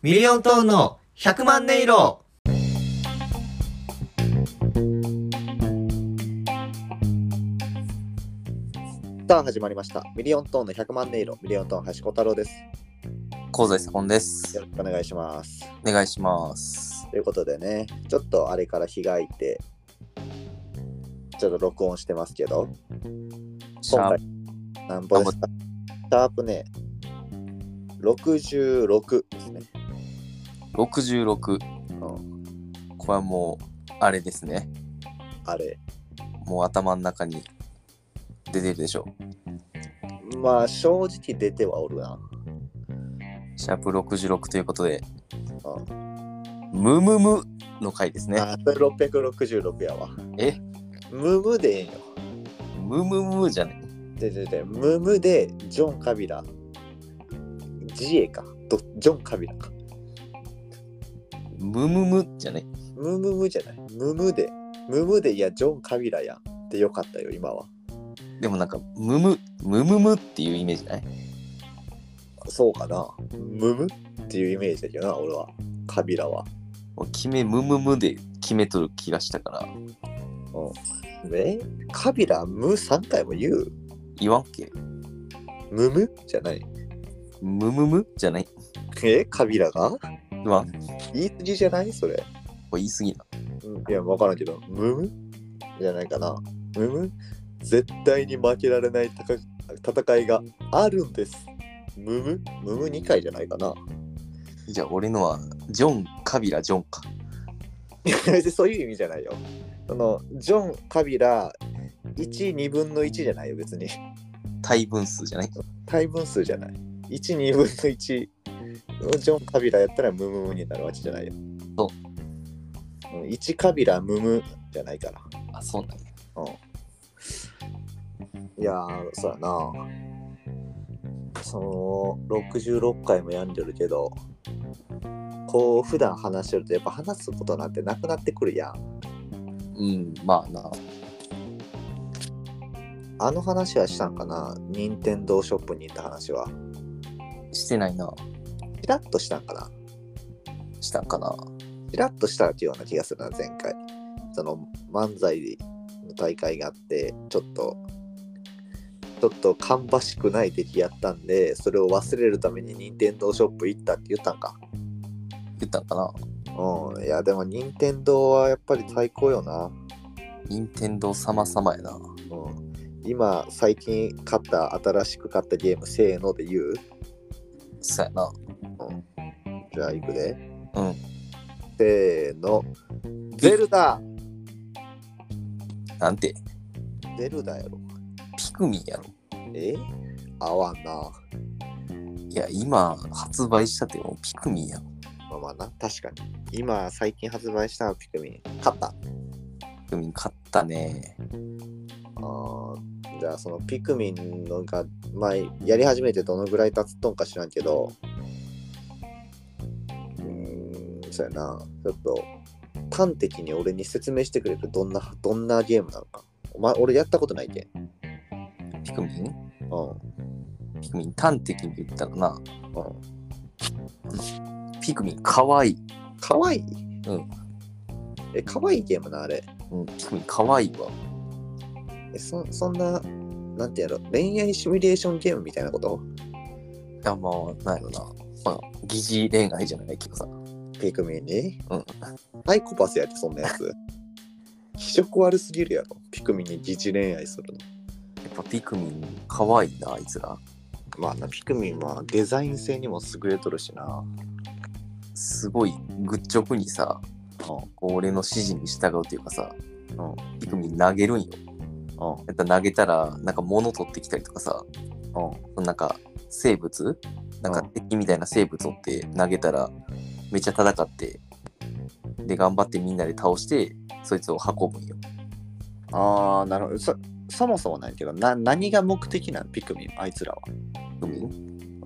ミリオントーンの100万音色さあ始まりました。ミリオントーンの100万音色、ミリオントーン橋小太郎です。香西左近ですよ。ろしくお願いします。お願いします。ということでね、ちょっとあれから日が空いて、ちょっと録音してますけど、シ今ャー回、なんぼですかシャープね、66ですね。プ66。うん、これはもう、あれですね。あれ。もう頭の中に出てるでしょまあ正直出てはおるな。う。シャープ66ということで、うん、ムムムの回ですね。あ、それ666やわ。えムムでええんよ。ムムムじゃない。ででで、ムムでジョン・カビラ。ジエか。どジョン・カビラか。ムムムじゃない。ムムムじゃない。ムムで。ムムで、いや、ジョン・カビラやん。でよかったよ、今は。でもなんか、ムム、ムムムっていうイメージないそうかな。ムムっていうイメージだけどな、俺は。カビラは。もう決め、ムムムで決めとる気がしたから、うん。えカビラ、ム3回も言う言わんけ。ムムじゃない。ムムムじゃない。えカビラが言わん。こ言い過ぎじゃないそれ。れ言い過ぎな。うんいや、わからんけど、ムムじゃないかな。ムム絶対に負けられない戦戦いがあるんです。ムムムム2回じゃないかな。 じゃあ、俺のは、ジョン、カビラ、ジョンか。別にそういう意味じゃないよ。その、ジョン、カビラ、1、2分の1じゃないよ、別に。大分数じゃない。対分数じゃない。1、2分の1のジョン・カビラやったらムムムになるわけじゃないよ。そうん。1カビラ、ムムじゃないから。あ、そうなんやうん。いやー、そうやな。その、66回もやんでるけど、こう、普段話してると、やっぱ話すことなんてなくなってくるやん。うん、まあな。あの話はしたんかな任天堂ショップに行った話は。してないな。チラッとしたんかなしたんかな。チラッとしたっていうような気がするな、前回。その、漫才の大会があって、ちょっと、ちょっと芳しくない出来やったんで、それを忘れるために任天堂ショップ行ったって言ったんか。言ったんかな。うん、いやでも任天堂はやっぱり最高よな、任天堂様様やな。うん、今最近買った新しく買ったゲームせーので言うそうやな。じゃあいくでうんせーのゼルダなんて、ゼルダやろピクミンやろ。え合わんな、いや、今、発売したってもうピクミンやろ。まあ、まあな確かに今最近発売したピクミン買ったピクミン買ったね。あーじゃあそのピクミンのが前やり始めてどのぐらい経つとんか知らんけどうーんそうやなちょっと端的に俺に説明してくれるどんなどんなゲームなのかお前俺やったことないけんピクミンうんピクミン端的に言ったらな。うんピクミンかわいい。かわいいうんえかわいいゲームなあれうん、ピクミンかわいいわ。えそそんななんてやろ恋愛シミュレーションゲームみたいなこといや、まあ、なんやろな。まあ、疑似恋愛じゃないけどさ。ピクミンにうんサイコパスやってそんなやつ気色悪すぎるやろピクミンに疑似恋愛するのやっぱピクミンかわいいな、あいつら。まあなピクミンはデザイン性にも優れとるしなすごい、愚直にさ、こう俺の指示に従うというかさ、ピクミン投げるんよ。うんやったら投げたら、なんか物取ってきたりとかさ、うなんか生物なんかうん敵みたいな生物をって投げたら、めっちゃ戦って、で、頑張ってみんなで倒して、そいつを運ぶんよ。んああなるほどそそもそもないけどな何が目的なんピクミンあいつらはピクミン。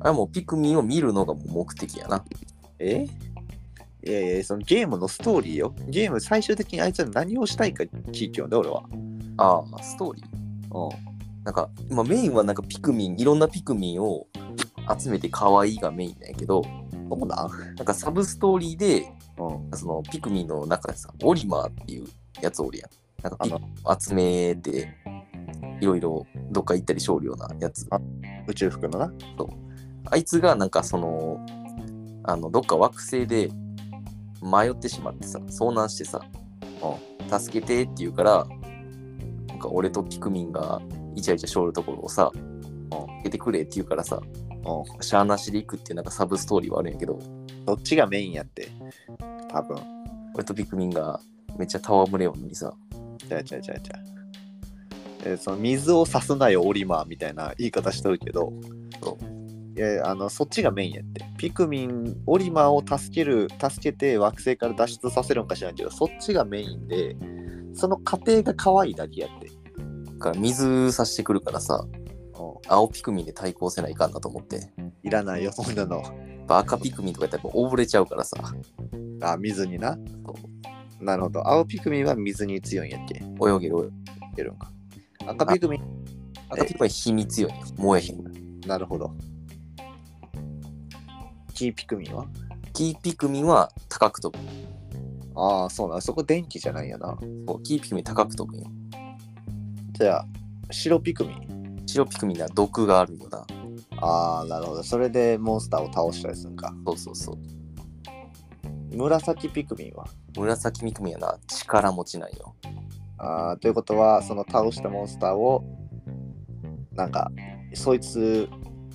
あれはもうピクミンを見るのがもう目的やな。えいやいやそのゲームのストーリーよゲーム最終的にあいつら何をしたいか聞いてよね俺はああ、ストーリー。うなんか、まあ、メインはなんかピクミン、いろんなピクミンを集めて可愛いがメインなんやけど、んそうなんなんかサブストーリーで、うん。そのピクミンの中でさ、オリマーっていうやつおるやん。なんかあピの集めて、いろいろどっか行ったりしょるようなやつ。あ宇宙服のな。いつがなんかその、あの、どっか惑星で迷ってしまってさ、遭難してさ、うん助けてって言うから、なんか俺とピクミンがイチャイチャしょるところをさ、うん出てくれって言うからさ、うシャーなしで行くっていうなんかサブストーリーはあるんやけど、ん。どっちがメインやって。多分。俺とピクミンがめっちゃ戯れようのにさ、ちゃうちゃうちゃうちゃう。えーその水をさすなよオリマーみたいな言い方しとるけどそいやあのそっちがメインやってピクミンオリマーを助ける助けて惑星から脱出させるんか知らんけどそっちがメインでその過程が可愛いだけやってだから水さしてくるからさ、青ピクミンで対抗せないかんなと思って、いらないよそんなのやっぱ赤ピクミンとかやったらやっぱ溺れちゃうからさ、あ水になそなるほど青ピクミンは水に強いんやっけう泳げる。出るんか赤ピクミン赤ピクミンは秘密よね。燃えへん。なるほど黄ピクミンはキーピクミンは高く飛ぶ。ああそうなんそこ電気じゃないんやなそうキーピクミン高く飛ぶんよ。じゃあ白ピクミン白ピクミンは毒があるよな。ああなるほどそれでモンスターを倒したりするんかそうそうそう。紫ピクミンは紫ピクミンはな、力持ちなんよ。あーということはその倒したモンスターをなんかそいつ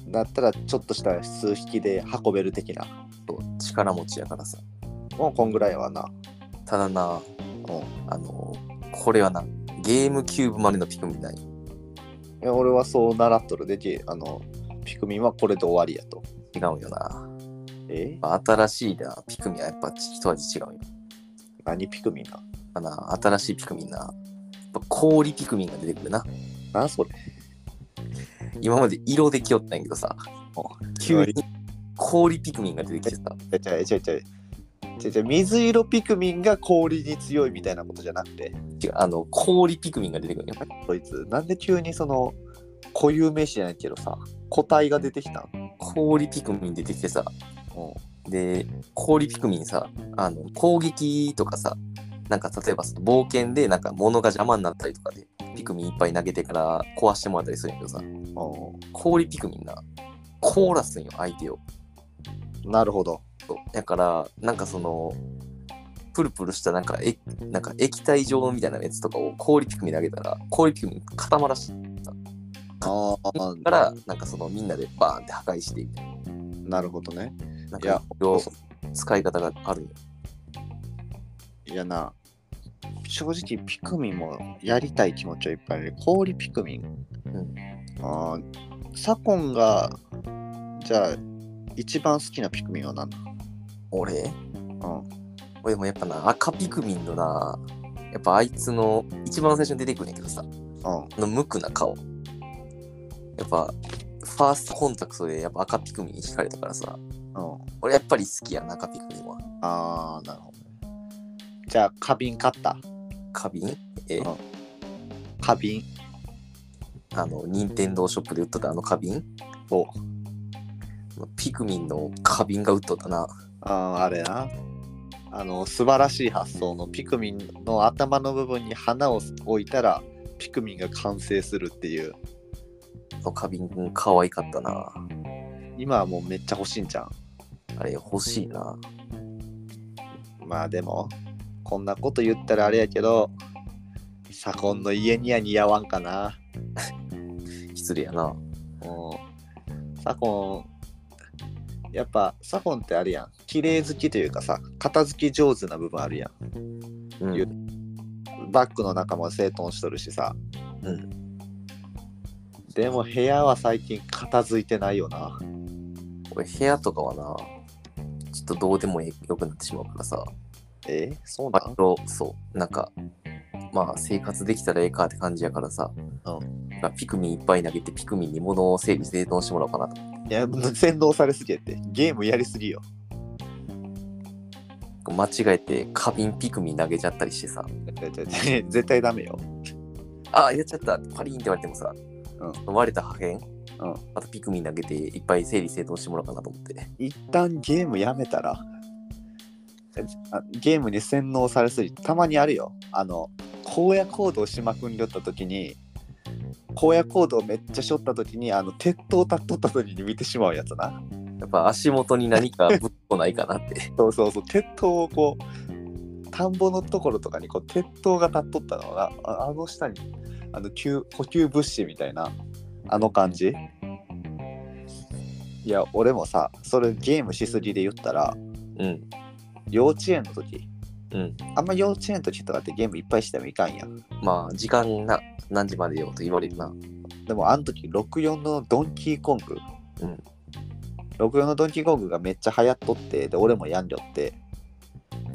だったらちょっとした数匹で運べる的なそう力持ちやからさ。もうこんぐらいはなただな、うあの、これはな、ゲームキューブまでのピクミンない。いや俺はそう習っとるできあのピクミンはこれで終わりやと違うよな。えやっぱ新しいな、ピクミンはやっぱ一味違うよ。何ピクミンなかな新しいピクミンな。やっぱ氷ピクミンが出てくるな。何それ今まで色できよったんやけどさ、もう急に氷ピクミンが出てきてさ、ちゃうちゃうちゃうちゃうちゃう水色ピクミンが氷に強いみたいなことじゃなくて違うあの、氷ピクミンが出てくるんよ。こいつなんで急にその固有名詞じゃないけどさ個体が出てきたん氷ピクミン出てきてさ、で、氷ピクミンさ、あの、攻撃とかさ、なんか例えばその冒険でなんか物が邪魔になったりとかで、ピクミンいっぱい投げてから壊してもらったりするんやけどさ、氷ピクミンな、凍らすんよ、相手を。なるほどそうだからなんかそのプルプルしたなんかえなんか液体状みたいなやつとかを氷ピクミン投げたら氷ピクミン固まらしああたらなんかそのみんなでバーンって破壊していくなるほどねなんいやかいろいろ使い方があるよいやな正直ピクミンもやりたい気持ちはいっぱいある氷ピクミン、んあー左近がじゃあ一番好きなピクミンは何だ、俺うん、俺もやっぱな赤ピクミンのなやっぱあいつの一番最初に出てくるんやけどさうんあの無垢な顔やっぱファーストコンタクトでやっぱ赤ピクミンに惹かれたからさうん俺やっぱり好きやな赤ピクミンはああなるほどじゃあ花瓶買った花瓶えうん花瓶あの、任天堂ショップで売っとったあの花瓶をピクミンの花瓶が売っとったな。あーあれなあの素晴らしい発想のピクミンの頭の部分に花を置いたらピクミンが完成するっていうの花瓶可愛かったな。今はもうめっちゃ欲しいんじゃんあれ欲しいな。まあでもこんなこと言ったらあれやけど左近の家には似合わんかな失礼やな。もう左近やっぱ左近ってあれやん綺麗好きというかさ片付き上手な部分あるやんうん。言バッグの中も整頓しとるしさうん、でも部屋は最近片付いてないよな俺部屋とかはな、ちょっとどうでもよくなってしまうからさ、えそうな割んとそう、なんか、まあ生活できたらええかって感じやからさ、うなんかピクミンいっぱい投げてピクミンに物を整理整頓してもらおうかなと。いやもう洗脳されすぎやってゲームやりすぎよ 間違えて花瓶ピクミン投げちゃったりしてさ、ちょちょちょ絶対ダメよあ、やっちゃったパリーンって言われてもさ、う割れた破片うんうんまたピクミン投げていっぱい整理整頓してもらおうかなと思って。一旦ゲームやめたらあゲームに洗脳されすぎてたまにあるよあの荒野行動しまくんりょった時に荒野行動めっちゃしょった時にあの鉄塔立っとった時に見てしまうやつなやっぱ足元に何かぶっこないかなって。そうそうそう鉄塔をこう田んぼのところとかにこう鉄塔が立っとったのがああの下にあの給補給物資みたいなあの感じいや俺もさそれゲームしすぎで言ったらうん。幼稚園の時うん。あんま幼稚園の時とかってゲームいっぱいしてもいかんやんまあ、時間が何時までよと言われるな。でもあの時64のドンキーコング、うん64のドンキーコングがめっちゃ流行っとってで俺もやんりょって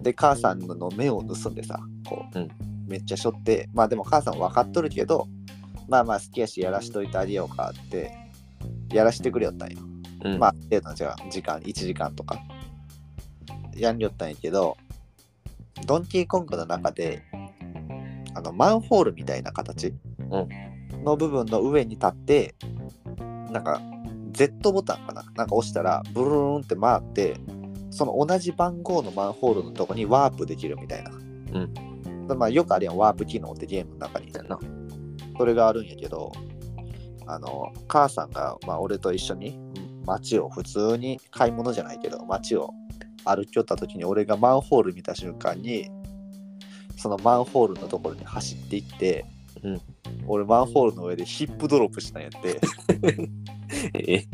で母さんの目を盗んでさこう、うんめっちゃしょってまあでも母さん分かっとるけどまあまあ好きやしやらしといてあげようかってやらしてくれよったんようん。まあ、あ、ある程度の時間、時間1時間とか、やんりょったんやけど、ドンキーコングの中で、あの、マンホールみたいな形の部分の上に立って、なんか、Z ボタンかななんか押したら、ブルルンって回って、その同じ番号のマンホールのとこにワープできるみたいな。まあ、よくあるやん、ワープ機能ってゲームの中に。な。それがあるんやけどあの母さんが、まあ、俺と一緒に街を普通に買い物じゃないけど街を歩きよった時に俺がマンホール見た瞬間にそのマンホールのところに走っていって、うん俺マンホールの上でヒップドロップしたんやってええ。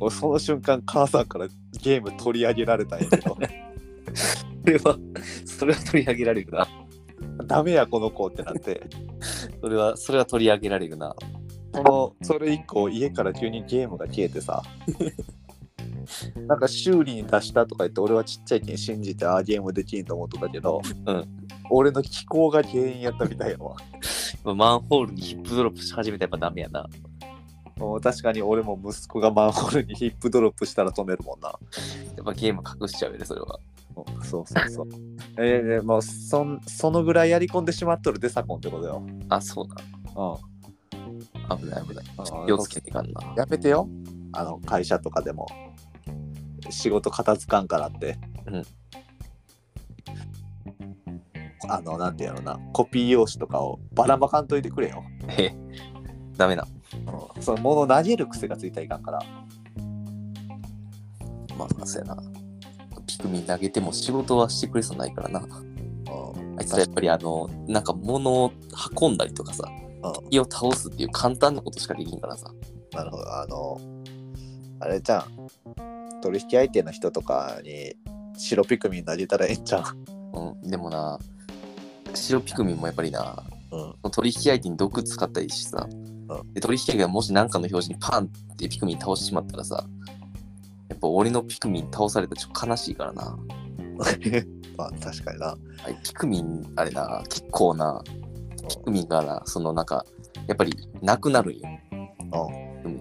俺その瞬間母さんからゲーム取り上げられたんやけ どそれは、それは取り上げられるな。ダメやこの子ってなってそれは、それは取り上げられるな。そのそれ以降家から急にゲームが消え てさなんか修理に出したとか言って俺はちっちゃいけん信じてああゲームできんと思っとったけど、うん俺の気候が原因やったみたいやわまあマンホールにヒップドロップし始めたらやっぱダメやな。もう確かに俺も息子がマンホールにヒップドロップしたら止めるもんなやっぱゲーム隠しちゃうよね、それは。うんそうそうそうええもうそんそのぐらいやり込んでしまっとるデサコンってことよ、あ、そうな。う危ない危ない。ん気をつけていかんな。やめてよあの会社とかでも仕事片付かんからって、うんあのなんていうのなコピー用紙とかをばらまかんといてくれよ、ええ。ダメな。うん、その物投げる癖がついたらいかんからまあ、そうやな。ピクミン投げても仕事はしてくれそうないからな。あいつらやっぱりあの、なんか物を運んだりとかさ、う敵を倒すっていう簡単なことしかできんからさ。ん、なるほどあのあれじゃん取引相手の人とかに白ピクミン投げたらええん じゃん、うん、でもな、白ピクミンもやっぱりな、うん、取引相手に毒使ったりしてさ、で取引相手がもし何かの表示にパンってピクミン倒してしまったらさ、やっぱ俺のピクミン倒されたらちょっと悲しいからな。まあ確かになあれピクミン、あれな、結構な、ピクミンがな、そのなんか、やっぱりなくなるんよ。うん。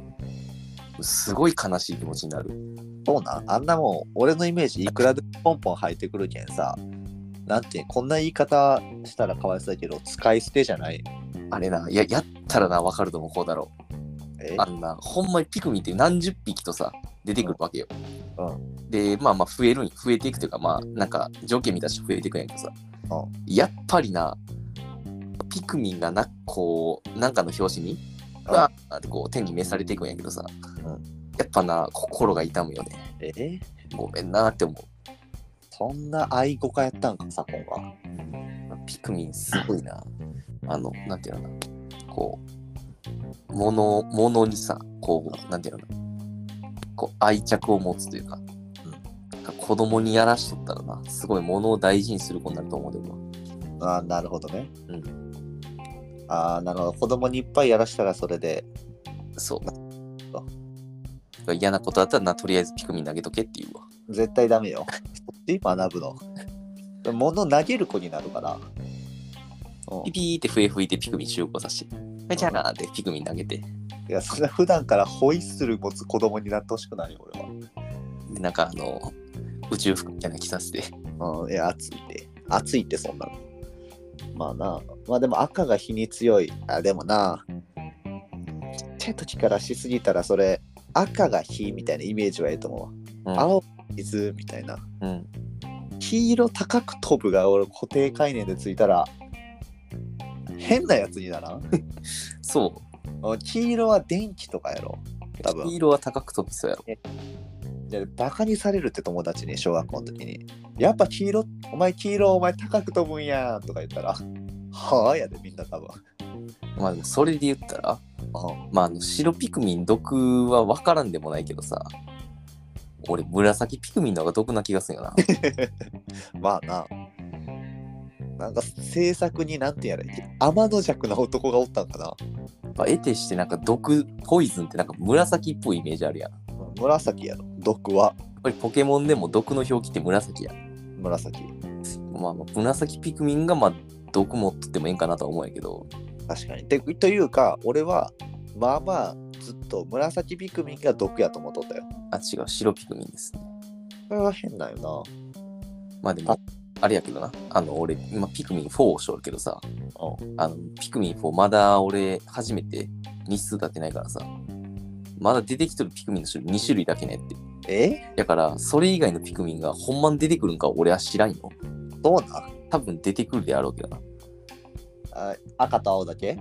すごい悲しい気持ちになる。そうなんあんなもん俺のイメージいくらでもポンポン入ってくるけんさなんてこんな言い方したらかわいそうだけど使い捨てじゃないあれな、いや、やったらな、わかると思う、こうだろう。えあんな、ほんまにピクミンって何十匹とさ、出てくるわけよ。うんで、まあまあ増えるん、増えていくというか、まあなんか条件満たして増えていくんやけどさ、うやっぱりな、ピクミンがな、こう、なんかの表紙に、うんわーってこう、天に召されていくんやけどさ、んやっぱな、心が痛むよね。えごめんなって思う。そんな愛語化やったんか左近がピクミンすごいな、あの、なんていうのかな、こう、もの、ものにさ、こう、なんていうのかな、こう、愛着を持つというか、なんか子供にやらしとったらな、すごいものを大事にする子になると思うでもあーなるほどね、うああなるほど子供にいっぱいやらしたらそれでな、そう。だから嫌なことあったらな、とりあえずピクミン投げとけって言うわ。絶対ダメよそっち学ぶの物投げる子になるからうんピピーって笛吹いてピクミン集合させて、はい、じゃあなーってピクミン投げて、いやそれは普段からホイッスル持つ子供になってほしくないよ俺はで、なんかあの、宇宙服みたいなの着させて、うん、いや、暑いって。暑いって、そんなの。まあな。まあでも赤が日に強い。あ、でもな。ちっちゃい時からしすぎたらそれ赤が火みたいなイメージはええと思うわ、うん青が水みたいなうん。黄色高く飛ぶが俺固定概念でついたら変なやつにならん そうん黄色は電気とかやろ多う。黄分色は高く飛びそうやろ。でバカにされるって友達に小学校の時に「やっぱ黄色お前黄色お前高く飛ぶんやん」とか言ったら「はあ」やでみんな多分まあでもそれで言ったら、まああの白ピクミン毒は分からんでもないけどさ、俺紫ピクミンの方が毒な気がするよな。まあななんか制作になんてやら天の弱な男がおったんかなやっぱ得てしてなんか毒、ポイズンってなんか紫っぽいイメージあるやん。や紫やろ毒はっぱりポケモンでも毒の表記って紫やん。紫まあまあ紫ピクミンがまあ毒持っててもええんかなとは思うんやけど、確かにでというか俺はまあまあずっと紫ピクミンが毒やと思っとったよあ、違う、白ピクミンですね。これは変なんよまあでも、あれやけどな。あの、俺、今、ピクミン4をしょるけどさ、あの、ピクミン4、まだ俺、初めて日数経ってないからさ、まだ出てきとるピクミンの種類2種類だけねって。なえだから、それ以外のピクミンがほんまに出てくるんか俺は知らんよ。どうなん多分出てくるであろうけどな。あ赤と青だけ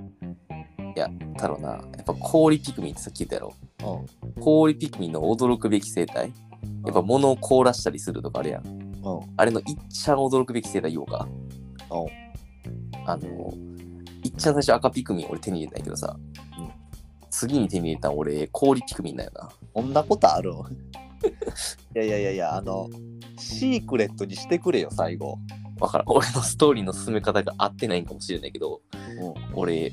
たろうな。やっぱ氷ピクミンってさっき言ったやろ。うん氷ピクミンの驚くべき生態。やっぱ物を凍らしたりするとかあるやん。うんあれのいっちゃん驚くべき生態言おうか。おうあの、いっちゃん最初赤ピクミン俺手に入れたんやけどさ、うん次に手に入れたん俺氷ピクミンだよな。こんな ことあるいやいやいやいやあのシークレットにしてくれよ最後わからん。 俺のストーリーの進め方が合ってないんかもしれないけど、俺、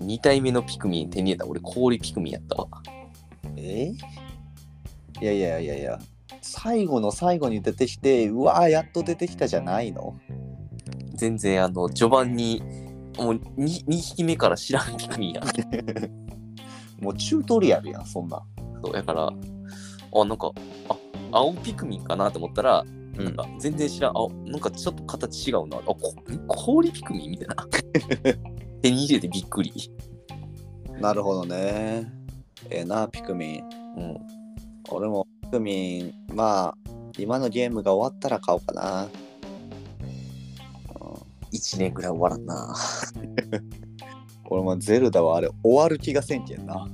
2体目のピクミン手に入れた俺氷ピクミンやったわ。えいやいやいやいや最後の最後に出てきてうわーやっと出てきたじゃないの全然あの、序盤に、もう 2, 2匹目から知らんピクミンや。もうチュートリアルやんそんなそうやから、あ、なんか、あ、青ピクミンかなと思ったら、なんか全然知らん、あ、なんかちょっと形違うな。あ、こ氷ピクミンみ たいな。手に入れてびっくり。なるほどねええなピクミンうん。俺もピクミンまあ今のゲームが終わったら買おうかな1年ぐらい終わらんな。俺もゼルダはあれ終わる気がせんけんな、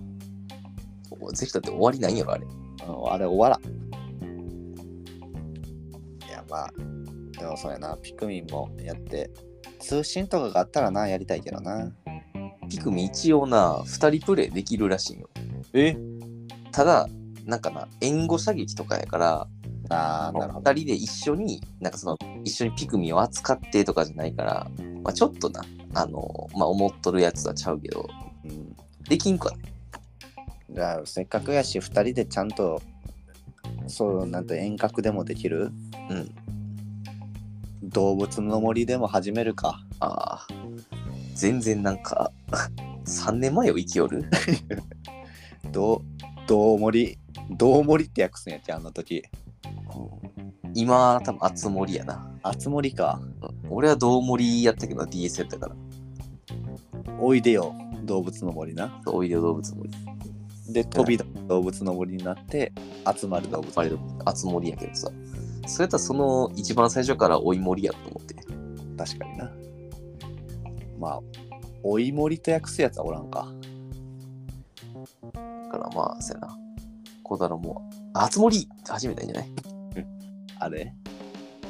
ぜひだって終わりないんやろ、あれ。うん、あれ終わらんいやまあでもそうやなピクミンもやって通信とかがあったらなやりたいけどなピクミン一応な、2人プレイできるらしいんよ。えただ、なんかな、援護射撃とかやから、あーなるほど2人で一緒に、なんかその、一緒にピクミンを扱ってとかじゃないから、まあ、ちょっとな、あの、まあ、思っとるやつはちゃうけど、うんできんかね。じゃあせっかくやし2人でちゃんとそうなんて遠隔でもできるうん。動物の森でも始めるかああ。全然なんか、3年前を生きよるどうどう森どう森って訳すんやってあの時今、多分、あつ森やな。あつ森かうん俺はどう森やったけど、DS やったから。おいでよ動物の森なそうおいでよ動物森。で飛び出す動物の森になって集まる動物あれでも、あつ森やけどさ。それやったらその一番最初からおい森やと思って。確かになまあおい森と訳すやつはおらんかだからまあ、そやな。こうだろもう、あつ森って始めたんじゃないいあれ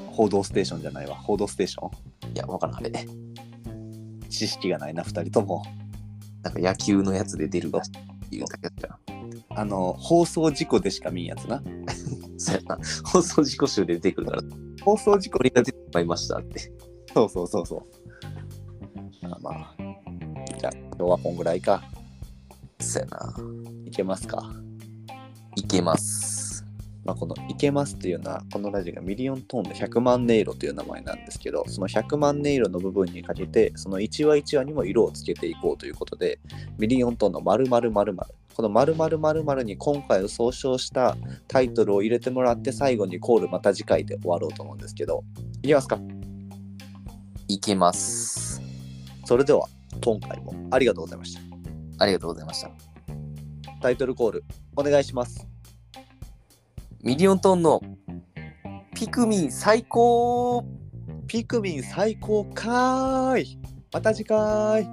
報道ステーションじゃないわ報道ステーショや、わからん、あれ。ン知識がないな2人ともなんか野球のやつで出るらしいっていうだけだったあの放送事故でしか見んやつなそうやな。放送事故集で出てくるから、放送事故俺が出てしまいましたって。そうそうそうそうあまあじゃあ今日はこんぐらいかそうやな。いけますかいけます。まあ、この「いけます」というのはこのラジオがミリオントーンで100万音色という名前なんですけどその100万音色の部分にかけてその1話1話にも色をつけていこうということでミリオントーンの〇〇〇〇この〇〇〇〇に今回を総称したタイトルを入れてもらって最後にコールまた次回で終わろうと思うんですけどいきますかいけます。それでは今回もありがとうございましたありがとうございました。タイトルコールお願いしますミリオントンのピクミン最高ピクミン最高かーいまた次回